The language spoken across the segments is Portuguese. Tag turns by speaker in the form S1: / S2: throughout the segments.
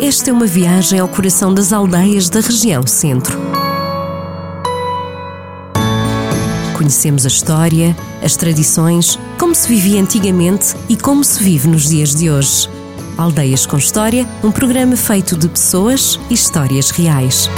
S1: Esta é uma viagem ao coração das aldeias da região centro. Conhecemos a história, as tradições, como se vivia antigamente e como se vive nos dias de hoje. Aldeias com História, um programa feito de pessoas e histórias reais.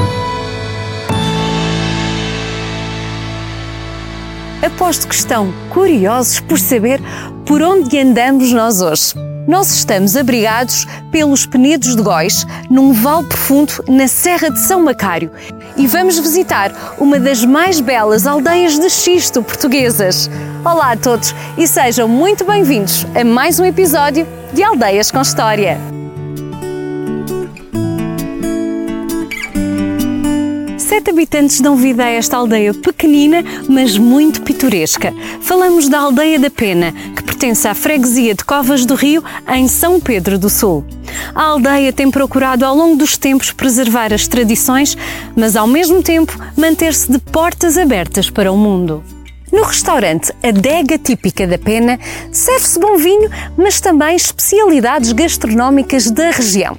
S1: Aposto que estão curiosos por saber por onde andamos nós hoje. Nós estamos abrigados pelos Penedos de Góis, num vale profundo na Serra de São Macário, e vamos visitar uma das mais belas aldeias de xisto portuguesas. Olá a todos e sejam muito bem-vindos a mais um episódio de Aldeias com História. Sete habitantes dão vida a esta aldeia pequenina, mas muito pitoresca. Falamos da Aldeia da Pena, que pertence à freguesia de Covas do Rio, em São Pedro do Sul. A aldeia tem procurado ao longo dos tempos preservar as tradições, mas ao mesmo tempo manter-se de portas abertas para o mundo. No restaurante Adega Típica da Pena, serve-se bom vinho, mas também especialidades gastronómicas da região.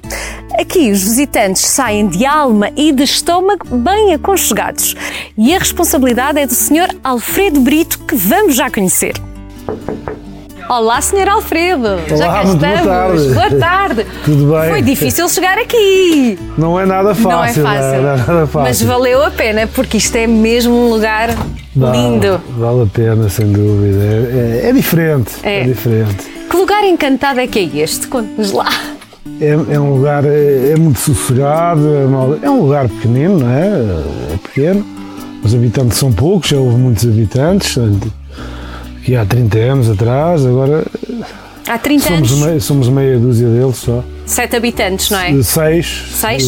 S1: Aqui os visitantes saem de alma e de estômago bem aconchegados. E a responsabilidade é do Sr. Alfredo Brito, que vamos já conhecer. Olá, Sr. Alfredo! já cá
S2: muito boa
S1: estamos!
S2: tarde.
S1: Boa tarde.
S2: Tudo bem?
S1: Foi difícil chegar aqui!
S2: Não é nada fácil.
S1: não é fácil.
S2: não é nada
S1: Mas
S2: fácil.
S1: valeu a pena, porque isto é mesmo um lugar
S2: Vale-
S1: lindo.
S2: Vale a pena, sem dúvida. É, é- é diferente.
S1: É.
S2: É, diferente.
S1: Que lugar encantado é que é este? Conte-nos lá.
S2: É, é um lugar, é, é muito sossegado, é, uma- é um lugar pequenino, não é? É pequeno. Os habitantes são poucos, já houve muitos habitantes, portanto, que há 30 anos atrás, agora
S1: Há 30
S2: somos
S1: anos,
S2: meia, somos meia dúzia deles só.
S1: 7 habitantes, não é?
S2: De Seis.
S1: Seis?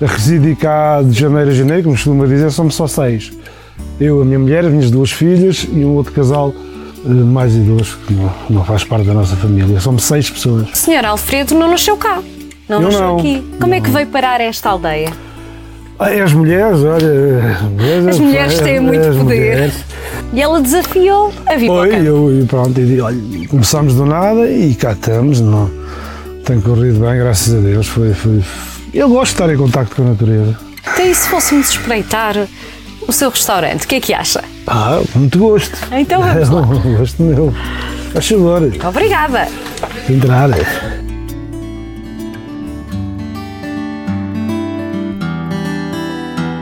S2: Eh, residi cá de janeiro a janeiro, como costuma dizer, somos só seis. Eu, a minha mulher, as minhas duas filhas e um outro casal eh, mais idoso que não, não faz parte da nossa família. Somos seis pessoas.
S1: Senhor Alfredo não nasceu cá. Não
S2: Eu
S1: nasceu
S2: não.
S1: aqui. Como é que veio parar esta aldeia?
S2: Ah, e as mulheres, olha. As mulheres, é
S1: As mulheres têm
S2: as
S1: muito poder.
S2: mulheres.
S1: E ela desafiou a vir para o
S2: Foi,
S1: campo.
S2: eu, e pronto, e digo, olha, começámos do nada e cá estamos. Não, tem corrido bem, graças a Deus. Foi, foi, eu gosto de estar em contacto com a natureza.
S1: Então, e se fôssemos espreitar o seu restaurante, o que é que acha?
S2: Ah, com muito gosto.
S1: Então vamos lá.
S2: É um gosto meu. Faz favor,
S1: Obrigada.
S2: entrar.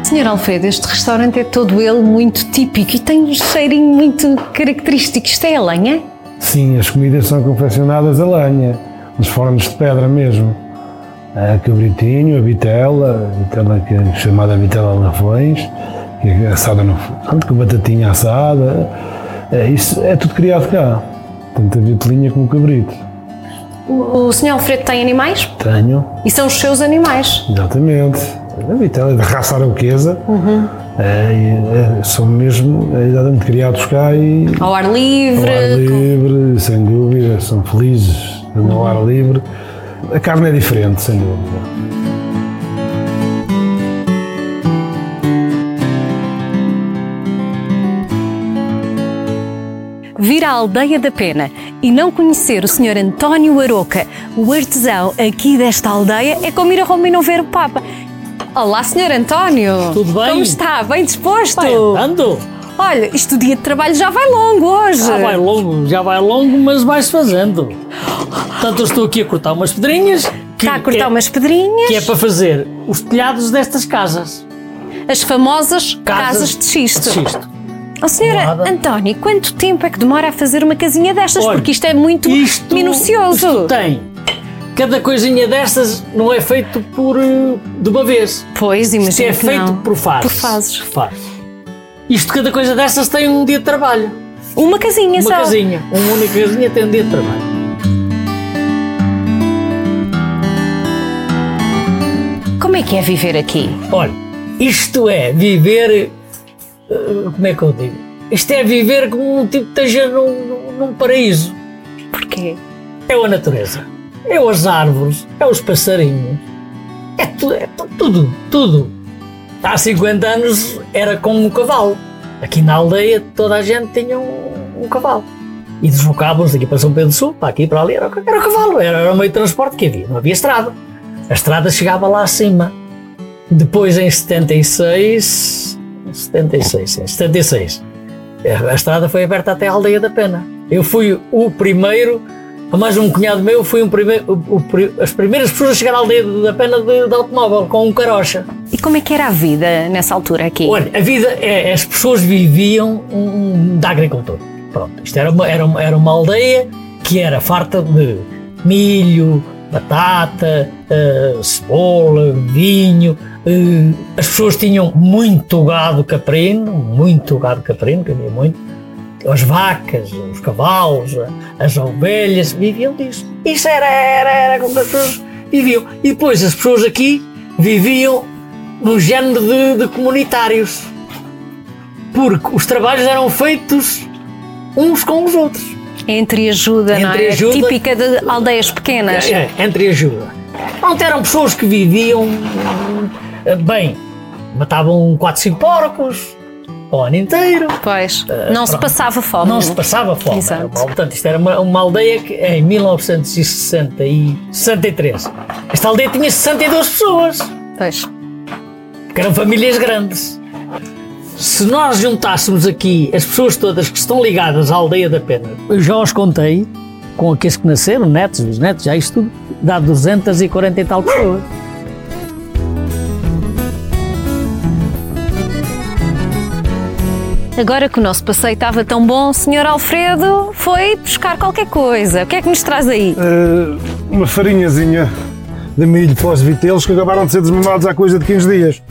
S1: Senhor Alfredo, este restaurante é todo ele muito típico e tem um cheirinho muito característico. Isto é a lenha?
S2: Sim, as comidas são confeccionadas a lenha, nos fornos de pedra mesmo. A cabritinho, a vitela, a vitela que é chamada vitela a lafões, que é assada no forno, com batatinha assada. É, isso é tudo criado cá. Tanto a vitelinha como o cabrito.
S1: O, o senhor Alfredo tem animais?
S2: Tenho,
S1: E são os seus animais.
S2: Exatamente. A vitela é de raça arauquesa.
S1: Uhum.
S2: É, e, é, são mesmo é, exatamente criados cá e
S1: Ao ar livre.
S2: ao ar livre, sem dúvida, são felizes andam ao ar livre. A carne é diferente, sem dúvida.
S1: Vir à Aldeia da Pena e não conhecer o Sr. António Aroca, o artesão aqui desta aldeia, é como ir a Roma e não ver o Papa. Olá, Sr. António!
S3: Tudo bem?
S1: Como está? Bem disposto?
S3: Vai andando.
S1: Olha, isto o dia de trabalho já vai longo hoje.
S3: Já Ah, vai longo, já vai longo, mas vai-se fazendo. Portanto, eu estou aqui a cortar umas pedrinhas. Que,
S1: Está a
S3: que é,
S1: cortar umas pedrinhas,
S3: Que é para fazer os telhados destas casas.
S1: as famosas casas, de xisto.
S3: é xisto.
S1: Oh, senhora
S3: Nada.
S1: António, quanto tempo é que demora a fazer uma casinha destas?
S3: Olha,
S1: Porque isto é muito
S3: Isto,
S1: minucioso.
S3: isto tem. Cada coisinha destas não é feito por eh, de uma vez.
S1: Pois,
S3: Isto
S1: imagino
S3: é
S1: que
S3: feito
S1: não.
S3: por fases.
S1: Por fases.
S3: Fases. Isto, cada coisa destas tem um dia de trabalho.
S1: Uma casinha
S3: Uma
S1: só.
S3: casinha. Uma única casinha tem um dia de trabalho.
S1: Como é que é viver aqui?
S3: Olha, isto é viver. eh, Como é que eu digo? Isto é viver como um tipo que esteja num, num- num paraíso.
S1: Porquê?
S3: É a natureza, é as árvores, é os passarinhos, é, tu, é tu- tudo, tudo. Há 50 anos era com um cavalo. Aqui na aldeia toda a gente tinha um, um cavalo. E deslocavam-se aqui para São Pedro do Sul, para aqui, para ali, era, o ca- era o cavalo, era, era o meio de transporte que havia, não havia estrada. A estrada chegava lá acima. Depois, em 76, 76, em 76, É, a estrada foi aberta até a Aldeia da Pena. Eu fui o primeiro, a mais um cunhado meu, fui um primeiro, o- o pri- as primeiras pessoas a chegar à Aldeia da Pena de, de automóvel, com um carocha.
S1: E como é que era a vida nessa altura aqui?
S3: Olha, a vida é, as pessoas viviam um, um, da agricultura. Pronto, isto era uma, era, uma, era uma aldeia que era farta de milho, batata, eh, cebola, vinho. eh, as pessoas tinham muito gado caprino, muito gado caprino, que havia muito. As vacas, os cavalos, as ovelhas, viviam disso. Isso era, era, era como as pessoas viviam. E depois as pessoas aqui viviam no género de, de comunitários. Porque os trabalhos eram feitos uns com os outros.
S1: Entre ajuda, não é?
S3: Entreajuda.
S1: Típica de aldeias pequenas.
S3: É, entre ajuda. Pronto, eram pessoas que viviam hum, bem. Matavam 4, 5 porcos ao ano inteiro.
S1: Pois, não é? se
S3: pronto.
S1: passava fome.
S3: Não se passava fome.
S1: Exato.
S3: Era uma- Portanto, isto era uma, uma aldeia que é, em 1963. Esta aldeia tinha 62 pessoas.
S1: Pois.
S3: porque eram famílias grandes. Se nós juntássemos aqui as pessoas todas que estão ligadas à aldeia da pena, eu já os contei, com aqueles que nasceram, netos, bisnetos, já isto tudo, dá 240 e tal pessoas.
S1: Agora que o nosso passeio estava tão bom, o Sr. Alfredo foi buscar qualquer coisa. O que é que nos traz aí?
S2: Eh, uma farinhazinha de milho para os vitelos que acabaram de ser desmamados há coisa de 15 dias.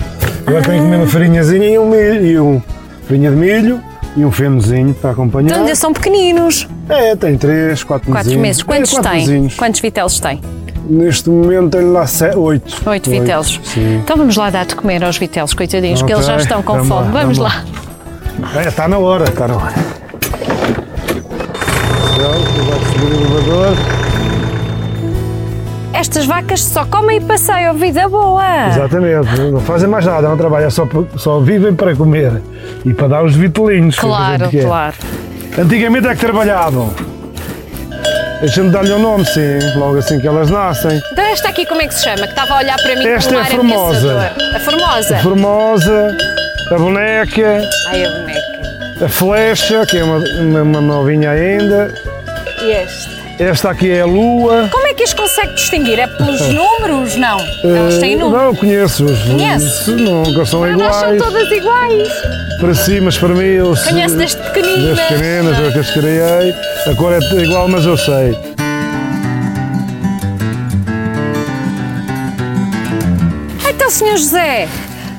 S2: Agora tenho que comer uma farinhazinha e um milho, e um farinha de milho e um fenozinho para acompanhar.
S1: Então ainda são pequeninos.
S2: É, tem 3, 4 meses.
S1: Quatro meses. Quantos
S2: é, quatro
S1: têm?
S2: mesinhos.
S1: Quantos vitelos têm?
S2: Neste momento tenho lá 8.
S1: Oito vitelos.
S2: Sim.
S1: Então vamos lá dar de comer aos vitelos, coitadinhos, que
S2: Ok,
S1: eles já estão com
S2: vamos
S1: fome.
S2: lá,
S1: Vamos
S2: vamos
S1: lá.
S2: É, está na hora, está na hora. Então, vou subir o elevador.
S1: Estas vacas só comem e passeiam, vida boa.
S2: Exatamente, não fazem mais nada, não trabalham, só, só vivem para comer e para dar os vitelinhos. que a
S1: Claro,
S2: gente quer.
S1: claro.
S2: Antigamente é que trabalhavam. Deixa-me dar-lhe o nome, sim, logo assim que elas nascem.
S1: Então esta aqui como é que se chama? Que estava a olhar para mim
S2: Esta
S1: com um
S2: é
S1: ar
S2: Formosa.
S1: ameaçador. A Formosa.
S2: Formosa, a boneca,
S1: Ai, a boneca.
S2: a flecha, que é uma, uma, uma novinha ainda.
S1: E este?
S2: Esta aqui é a lua.
S1: Como é que as consegue distinguir? É pelos números? Não. Elas têm
S2: Eh,
S1: números.
S2: Não, conheço-os.
S1: Conhece?
S2: Nunca são
S1: Elas são
S2: iguais.
S1: todas iguais.
S2: Para si, mas para mim, eu sei-
S1: Conhece desde pequeninas.
S2: Desde eh, pequeninas, eu que as criei. A cor é igual, mas eu sei.
S1: Então, Sr. José,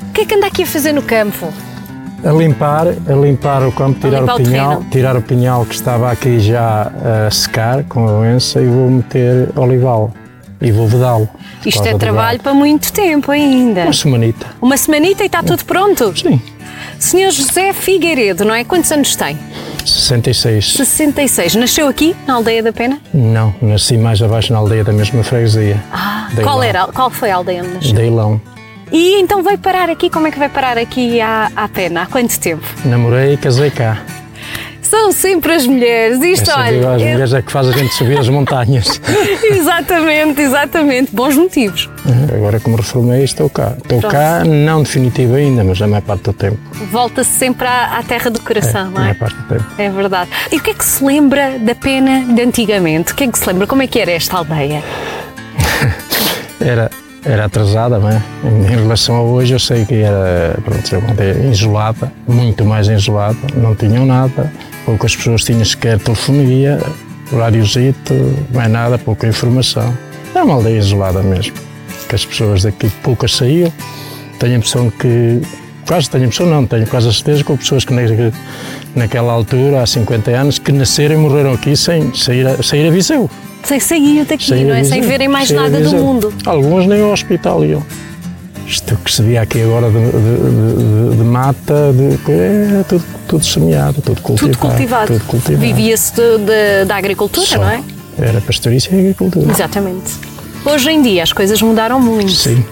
S1: o que é que anda aqui a fazer no campo?
S4: A limpar, a limpar o campo, tirar
S1: limpar o
S4: o pinhal,
S1: terreno.
S4: tirar o pinhal que estava aqui já a secar com a doença e vou meter olival e vou vedá-lo.
S1: Isto
S4: Vou
S1: é
S4: vedá-lo.
S1: trabalho para muito tempo ainda.
S4: Uma semanita.
S1: Uma semanita e está tudo pronto?
S4: Sim.
S1: Senhor José Figueiredo, não é? Quantos anos tem?
S4: 66.
S1: 66. Nasceu aqui, na Aldeia da Pena?
S4: Não, nasci mais abaixo na aldeia da mesma freguesia.
S1: Ah,
S4: Deilão.
S1: qual, era, qual foi a aldeia onde nasceu?
S4: Deilão.
S1: E então veio parar aqui, como é que vai parar aqui à, à Pena? Há quanto tempo?
S4: Namorei e casei cá.
S1: São sempre as mulheres, isto
S4: Essa vida às
S1: olha.
S4: mulheres é que faz a gente subir as montanhas.
S1: exatamente, exatamente. Bons motivos.
S4: Agora como reformei estou cá. Estou cá, não definitivo ainda, mas a maior parte do tempo.
S1: Volta-se sempre à, à terra do
S4: a
S1: coração, não é?
S4: maior parte do tempo.
S1: É verdade. E o que é que se lembra da pena de antigamente? O que é que se lembra? Como é que era esta aldeia?
S4: Era, era atrasada, não é? Em, em relação a hoje, eu sei que era pronto, era uma aldeia isolada, muito mais isolada, não tinham nada, poucas pessoas tinham sequer telefonia, horáriozito, mais nada, pouca informação. Era uma aldeia isolada mesmo, que as pessoas daqui poucas saíam. Tenho a impressão que, quase tenho a impressão, não, tenho quase a certeza que houve pessoas que na- naquela altura, há 50 anos, que nasceram e morreram aqui sem sair a, sair a Viseu.
S1: Sem sair daqui,
S4: Sem
S1: não é?
S4: avisar.
S1: Sem verem mais
S4: Sem
S1: nada do
S4: avisar.
S1: mundo.
S4: Alguns nem ao hospital iam. Isto que se via aqui agora de, de- de- de- de mata, de, é tudo, tudo semeado, tudo cultivado.
S1: Tudo cultivado.
S4: tudo cultivado.
S1: Vivia-se de- de- da agricultura,
S4: Só.
S1: não é?
S4: Era pastorícia e agricultura.
S1: Exatamente. Hoje em dia as coisas mudaram muito.
S4: Sim.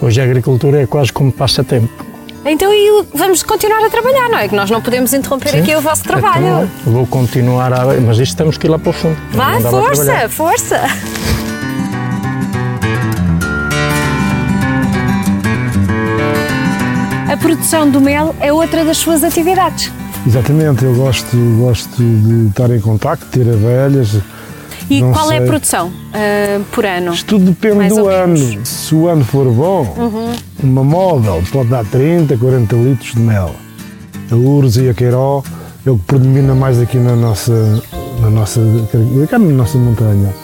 S4: Hoje a agricultura é quase como passatempo.
S1: Então e o- vamos continuar a trabalhar, não é? Que nós não podemos interromper
S4: Sim.
S1: aqui é o
S2: É
S1: vosso trabalho.
S4: Então, vou continuar a. Mas isto temos que ir lá para o fundo.
S1: Vá,
S4: Não dá para
S1: força,
S4: trabalhar.
S1: força! produção do mel é outra das suas atividades.
S2: Exatamente, eu gosto, gosto de estar em contacto, ter abelhas.
S1: E
S2: Não
S1: qual é a
S2: sei.
S1: produção ah, por ano?
S2: Isto tudo depende
S1: Mais
S2: do
S1: ou menos. Uhum.
S2: ano. Se o ano for bom, uma móvel pode dar 30, 40 litros de mel. A Lourdes e a Queiró é o que predomina mais aqui na nossa, na nossa, cá na nossa montanha.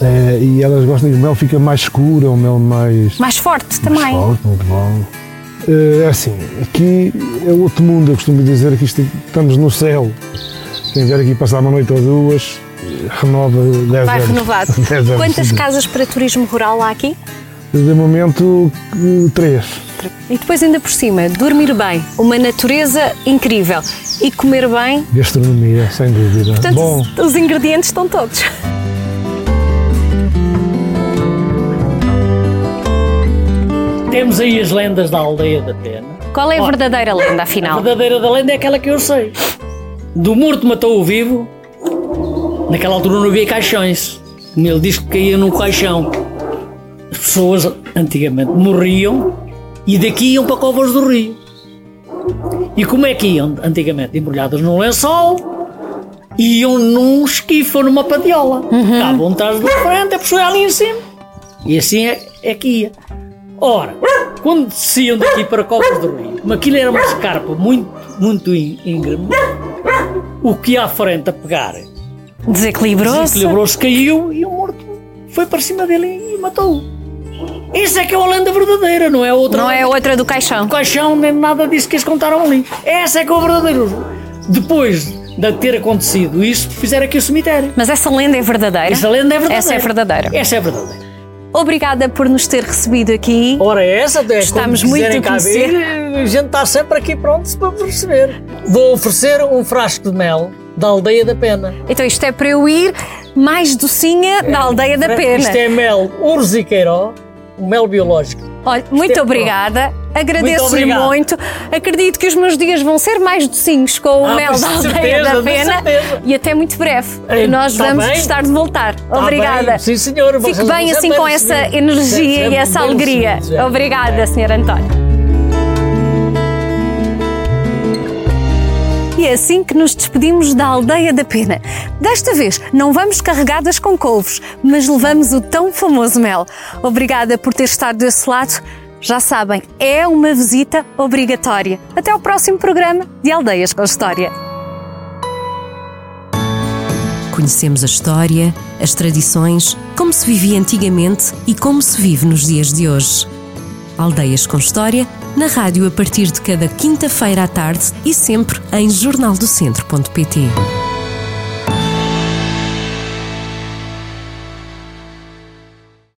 S2: Eh, e elas gostam, e o mel fica mais escuro, é um mel mais,
S1: Mais forte
S2: mais
S1: também.
S2: forte, muito bom. Eh, É assim, aqui é outro mundo, eu costumo dizer que isto- estamos no céu. Quem vier aqui passar uma noite ou duas, eh, renova 10
S1: Vai
S2: anos.
S1: renovado.
S2: 10 anos.
S1: Quantas casas para turismo rural há aqui?
S2: De momento, eh, três.
S1: E depois, ainda por cima, dormir bem, uma natureza incrível e comer bem.
S2: Gastronomia, sem dúvida.
S1: Portanto,
S2: Bom,
S1: os- os ingredientes estão todos.
S3: Temos aí as lendas da aldeia da Pena.
S1: Qual é a
S3: Ó,
S1: verdadeira lenda,
S3: A
S1: afinal?
S3: verdadeira da lenda é aquela que eu sei. Do morto matou o vivo. Naquela altura não havia caixões. Ele diz que caía num caixão. As pessoas antigamente morriam e daqui iam para covas do rio. E como é que iam antigamente? Embrulhadas num lençol, iam num esquife ou numa padiola. Estavam atrás da frente, a pessoa ia ali em cima. E assim é, é que ia. Ora, quando desciam daqui para Covas do Rio, mas aquilo era uma escarpa muito, muito í- íngreme, o que ia à frente a pegar
S1: Desequilibrou-se?
S3: desequilibrou-se, caiu e o morto foi para cima dele e matou-o. Isso é que é a lenda verdadeira, não é outra
S1: Não é outra do caixão.
S3: o caixão nem nada disso que eles contaram ali. Essa é que é o verdadeiro. Depois de ter acontecido isso, fizeram aqui o cemitério.
S1: Mas essa lenda é verdadeira?
S3: Essa lenda é verdadeira.
S1: Essa é verdadeira.
S3: Essa é verdadeira.
S1: Obrigada por nos ter recebido aqui.
S3: Ora, essa é
S1: Estamos
S3: como
S1: muito
S3: quiserem
S1: a
S3: cá
S1: conhecer.
S3: vir, A gente está sempre aqui prontos para perceber. Vou oferecer um frasco de mel da aldeia da pena.
S1: Então isto é para eu ir mais docinha da aldeia da pena.
S3: Isto é mel urziqueiró, mel biológico.
S1: Olha, muito
S3: é-
S1: obrigada. Agradeço-lhe
S3: obrigado.
S1: muito. Acredito que os meus dias vão ser mais docinhos com o
S3: Ah,
S1: mel
S3: mas
S1: da
S3: de
S1: aldeia
S3: certeza,
S1: da
S3: de
S1: pena.
S3: certeza.
S1: E até muito breve.
S3: Eh,
S1: Nós
S3: tá
S1: vamos
S3: bem.
S1: gostar de voltar.
S3: Tá
S1: Obrigada.
S3: bem, Sim, senhor.
S1: Fique
S3: vocês vão
S1: bem
S3: ser
S1: assim
S3: bem
S1: com essa
S3: recebidos.
S1: energia
S3: Sempre
S1: e essa
S3: bem
S1: alegria.
S3: recebidos, é.
S1: Obrigada, Sr. António. E é assim que nos despedimos da Aldeia da Pena. Desta vez, não vamos carregadas com couves, mas levamos o tão famoso mel. Obrigada por ter estado desse lado. Já sabem, é uma visita obrigatória. Até ao próximo programa de Aldeias com História.
S5: Conhecemos a história, as tradições, como se vivia antigamente e como se vive nos dias de hoje. Aldeias com História, na rádio a partir de cada quinta-feira à tarde e sempre em jornaldocentro.pt.